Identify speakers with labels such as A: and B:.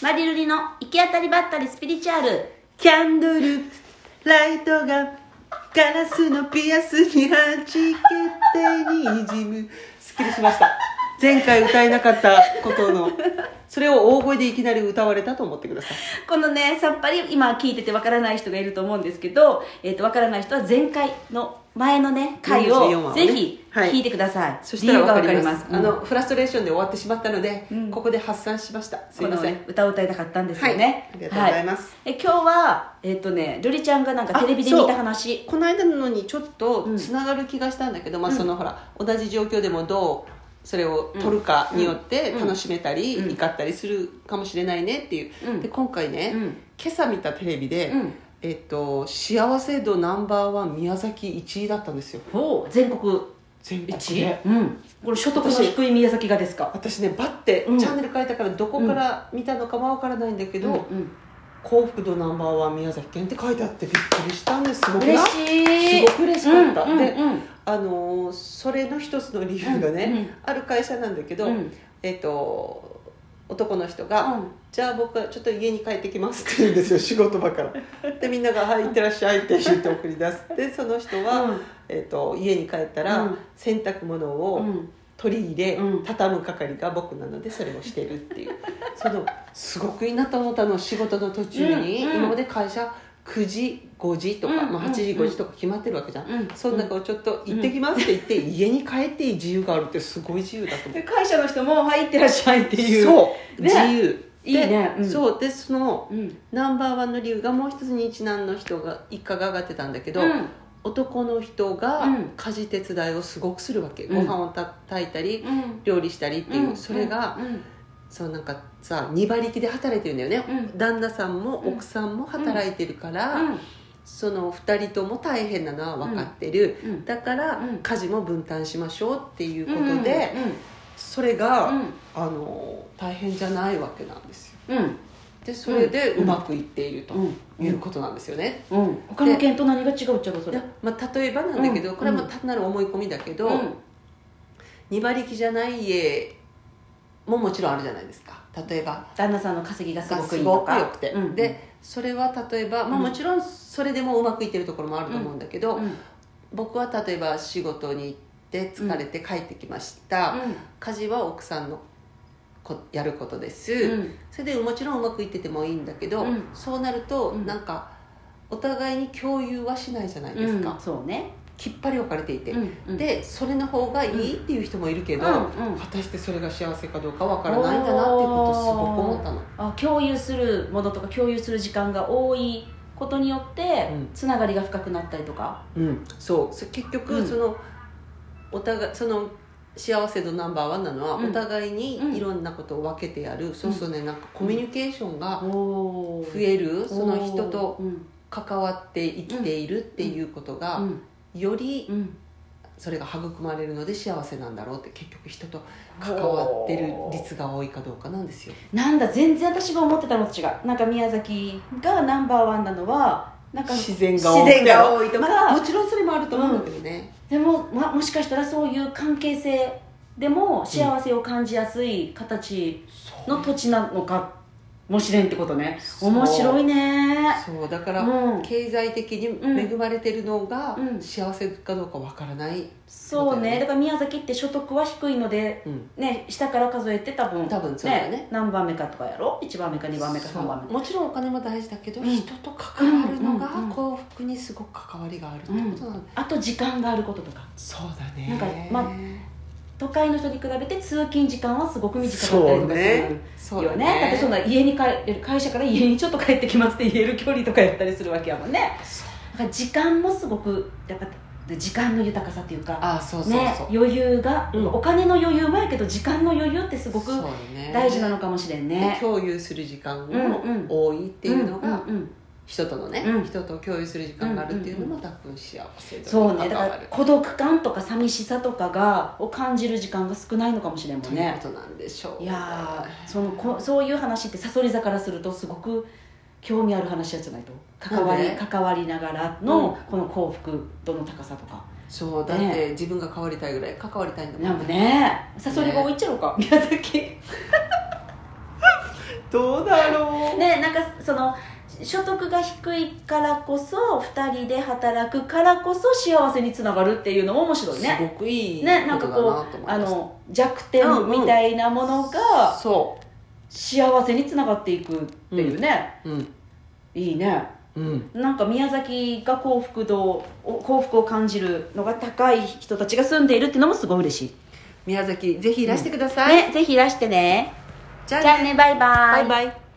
A: マリルリの行き当たりばったりスピリチュアル
B: キャンドルライトがガラスのピアスにはじけてにじむすっきりしました前回歌えなかったことのそれを大声でいきなり歌われたと思ってください
A: このねさっぱり今聞いててわからない人がいると思うんですけど、えー、とわからない人は前回の前のね回
B: 44話
A: を
B: をね
A: ぜひ
B: はい
A: 聞いてください、
B: そしたら
A: 理由が
B: わ
A: わ
B: か
A: か
B: り
A: り
B: ま
A: ます
B: すあのフラストレーションで終わってしまったので、
A: うん
B: ここで発散しましたすい
A: こ
B: ま
A: の
B: せん、
A: ね歌を歌いたかったんですよね、
B: はいありがとうございます
A: はえ今日はえっ、とねルリちゃんがなんかテレビで
B: あそう
A: 見た話
B: この間のにちょっとつながる気がしたんだけど、まあそのほら同じ状況でもどうそれを取るかによって
A: うん
B: 楽しめたり、
A: うん
B: 怒ったりするかもしれないねっていう、
A: うん
B: で今回ね、
A: うん
B: 今朝見たテレビで、
A: うん
B: えっと、幸せ度ナンバーワン宮崎1位だったんですよ
A: ほう全国
B: 全国
A: 一
B: で
A: うんこれ所得の低い宮崎がですか
B: 私ねバッてチ
A: うん
B: ャンネル変えたからどこから見たのかは分からないんだけど、
A: うん
B: 幸福度ナンバーワン宮崎県って書いてあってびっくりしたんですすご
A: うん、
B: くない
A: 嬉しい
B: すごく嬉しかった、
A: うんうん
B: で
A: うん
B: あのーそれの一つの理由がね、
A: うんうん
B: ある会社なんだけど、
A: うん
B: えっと男の人が、
A: うん
B: じゃあ僕はちょっと家に帰ってきます」って言うんですよ仕事場からでみんなが「はいいってらっしゃい」って言って送り出すでその人は、
A: うん
B: えっと家に帰ったら、
A: うん
B: 洗濯物を
A: うん
B: 取り入れ、
A: うん
B: 畳む係が僕なのでそれをしてるって いうそのすごくいいなと思ったの仕事の途中に、
A: うんうん
B: 今まで会社9時5時とか、
A: うん
B: まあ、8時
A: うん
B: 5時とか決まってるわけじゃん、
A: うん
B: その中をちょっと行ってきますって言って、家に帰っていい自由があるってすごい自由だと思う
A: で会社の人も「はい行ってらっしゃい」っていう
B: そう、
A: ね
B: 自由
A: いいねう
B: で
A: ん
B: そうでその
A: うん
B: ナンバーワンの理由がもう一つに一男の人が一家が上がってたんだけど、
A: うん
B: 男の人
A: う
B: が
A: ん
B: 家事手伝いをすごくするわけ、
A: うん
B: ご飯をた炊いたり、
A: うん
B: 料理したりっていう、
A: ん
B: それが、
A: うん
B: そうなんかさ2馬力で働いてるんだよね、
A: うん
B: 旦那さんも
A: うん
B: 奥さんも働いてるから、
A: うん
B: その2人とも大変なのは分かってる、
A: うん
B: だから
A: うん
B: 家事も分担しましょうっていうことで、それ
A: う
B: が、
A: ん
B: あの大変じゃないわけなんですよ
A: うんうん
B: でそれで
A: うん
B: うまくいっていると
A: うん
B: いうことなんですよね、
A: うん他の県と何が違うっちゃうかそれ
B: いやまあ、例えばなんだけど、
A: うん
B: これはまあ単なる思い込みだけど、
A: うん
B: 2馬力じゃない家ももちろんあるじゃないですか例えば
A: 旦那さんの稼ぎがすご
B: が
A: くい
B: す
A: いと
B: ごく
A: か
B: 良くて、
A: うん
B: でそれは例えば、まあ、
A: うん
B: もちろんそれでもうまくいってるところもあると思うんだけ
A: う
B: ど、
A: んうん
B: 僕は例えば仕事に行って疲れて帰ってきました、家事は奥さんのこやることです、
A: うん
B: それでもちろんうまくいっててもいいんだけど、
A: うん
B: そうなると
A: うん
B: なんかお互いに共有はしないじゃないですか、
A: うんそうね
B: きっぱり分かれていて、
A: うんうん
B: でそれの方がいいっていう人もいるけど、
A: うんうん
B: 果たしてそれが幸せかどうか分からないんだなっていうことをすごく思ったの。
A: あ共有するものとか共有する時間が多いことによって
B: うん
A: つながりが深くなったりとか
B: うん、そうそ結
A: うん
B: 局その、お互いその幸せ度ナンバーワンなのは、
A: うん
B: お互い
A: うん
B: にいろんなことを分けてやる、そうするとねなんかコミュニケーションが
A: 増
B: 増える、その人と
A: うん
B: 関わって生きているっていうことが、
A: うん
B: より
A: うん
B: それが育まれるので幸せなんだろうって結局人と関わってる率が多いかどうかなんですよ。
A: なんだ全然私が思ってたのと違うなんか宮崎がナンバーワンなのはなんか
B: 自然
A: 自然が多いとか、
B: まあもちろんそれもあると思うんだけどね、
A: でも、ま、もしかしたらそういう関係性でも幸せを感じやすい形
B: そう
A: の土地なのかもしれんってことね
B: そう
A: 面白いね
B: そうだか
A: う
B: ら、
A: ん
B: 経済的に恵まれてるのが
A: うん
B: 幸せかどうかわからない、
A: そうね
B: そうだよね
A: だから宮崎って所得は低いので
B: うん
A: ね下から数えて多分
B: 多分そうだよね
A: 何番目かとかやろ1番目か2番目か
B: そう
A: 3番目か
B: もちろんお金も大事だけど、
A: うん
B: 人と関わるのが
A: うんうんうん
B: 幸福にすごく関わりがあるってことなの、
A: あと時間があることとか
B: そうだね
A: なんかま都会の人に比べて通勤時間はすごく短かったりとかする
B: そう
A: よ
B: だ
A: ね
B: ね
A: だってそんな家に帰会社から家にちょっと帰ってきますって言える距離とかやったりするわけやもんね
B: そう
A: だから時間もすごくやっぱ時間の豊かさっていうか
B: ああそうそうそう、
A: ね、余裕が、
B: うん
A: お金の余裕もやけど時間の余裕ってすごく
B: そうだね
A: 大事なのかもしれんね
B: で共有する時間も
A: うんうん
B: 多いっていうのが、
A: うんうん
B: 人とのね、
A: うん
B: 人と共有する時間があるっていうのも多分幸せ
A: そう
B: だ
A: ねだ
B: 関
A: か
B: わ
A: ら
B: る
A: 孤独感とか寂しさとかがを感じる時間が少ないのかもしれんも
B: と
A: ん
B: いう
A: ね
B: ことなんでしょう
A: いやーそのこそういう話ってさそり座からするとすごく興味ある話やじゃないと関わり
B: なんで
A: 関わりながらのこの幸福度の高さとか
B: そうだっ
A: ね
B: て自分が変わりたいぐらい関わりたいんだもん
A: なんかねさそりが多いっちゃろうか、宮崎
B: どうだろう、
A: ねなんかその所得が低いからこそ2人で働くからこそ幸せにつながるっていうのも面白い
B: す
A: ね
B: ごくいい
A: ねなん
B: こ
A: か
B: とだ
A: こ
B: な
A: と
B: 思いうま
A: あ
B: した
A: の弱点みたいなものが
B: そ
A: 幸せにつながっていくっていうね、
B: ううん
A: いいね
B: うん
A: なんか宮崎が幸福度を幸福を感じるのが高い人たちが住んでいるっていうのもすごい嬉しい、
B: 宮崎ぜひいらしてください、
A: ねぜひいらしてね
B: じゃあ
A: じゃあねバイバイ
B: バイバイ